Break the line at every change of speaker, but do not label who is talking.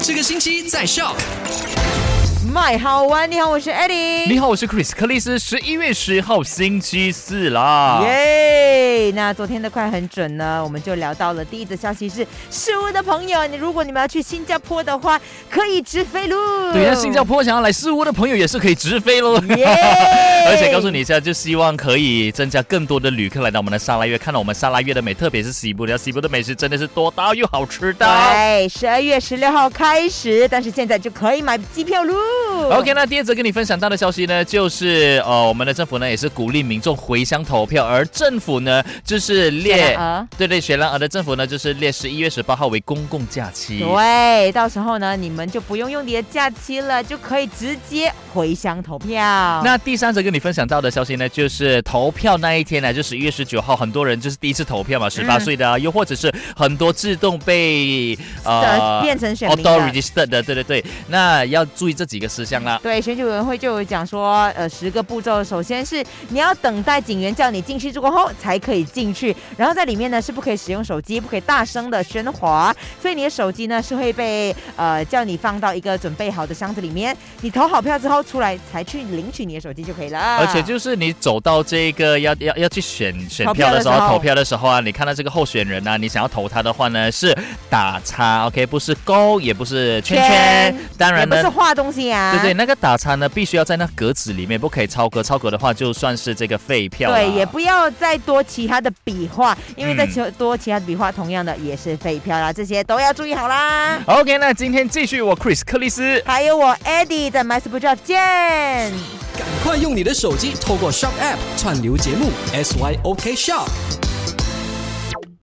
这个星期在 Shock。
麦好玩，你好，我是 Eddie。
你好，我是 Chris 克里斯，十一月十号星期四啦。
耶那昨天的快很准呢，我们就聊到了第一则消息是，食物的朋友，你如果你们要去新加坡的话，可以直飞喽。
对，那新加坡想要来试屋的朋友也是可以直飞喽。
耶
而且告诉你一下，就希望可以增加更多的旅客来到我们的沙拉越，看到我们沙拉越的美，特别是西部的，西部的美食真的是多到又好吃的。
对，十二月十六号开始，但是现在就可以买机票喽。
OK，那第二则跟你分享到的消息呢，就是呃，我们的政府呢也是鼓励民众回乡投票，而政府呢就是列
雪兰莪
对对雪兰莪的政府呢就是列十一月十八号为公共假期。
哦对，到时候呢，你们就不用用你的假期了，就可以直接回乡投票。
那第三则跟你分享到的消息呢，就是投票那一天呢，就十一月十九号，很多人就是第一次投票嘛，十
嗯
八岁的、啊，又或者是很多自动 被
呃变成选民的
auto registered 的，对对对，那要注意这几个事项啦。
对，选举委员会就有讲说，呃，十个步骤，首先是你要等待警员叫你进去过后哦才可以进去，然后在里面呢是不可以使用手机，不可以大声的喧哗，所以你的手机呢是会被呃叫你放到一个准备好的箱子里面，你投好票之后出来才去领取你的手机就可以了。
而且就是你走到这个要要要去选选票的时候，
投票的时候
投票的时候啊，你看到这个候选人啊，你想要投他的话呢，是打叉，OK，不是勾，也不是圈圈
圈，
当
也
然
不
呢
是，画东西啊，
对对，那个打叉呢，必须要在那格子里面，不可以超格，超格的话就算是这个废票啦。
对，也不要再多其他的笔画，因为再
嗯
求多其他的笔画，同样的也是废票啦，这些都要注意好啦。
OK，那今天继续我 Chris 克里斯。
还有我 Eddie 在 My Super Drive 见。
赶快用你的手机透过 Shock App 串流节目 SYOK Shock。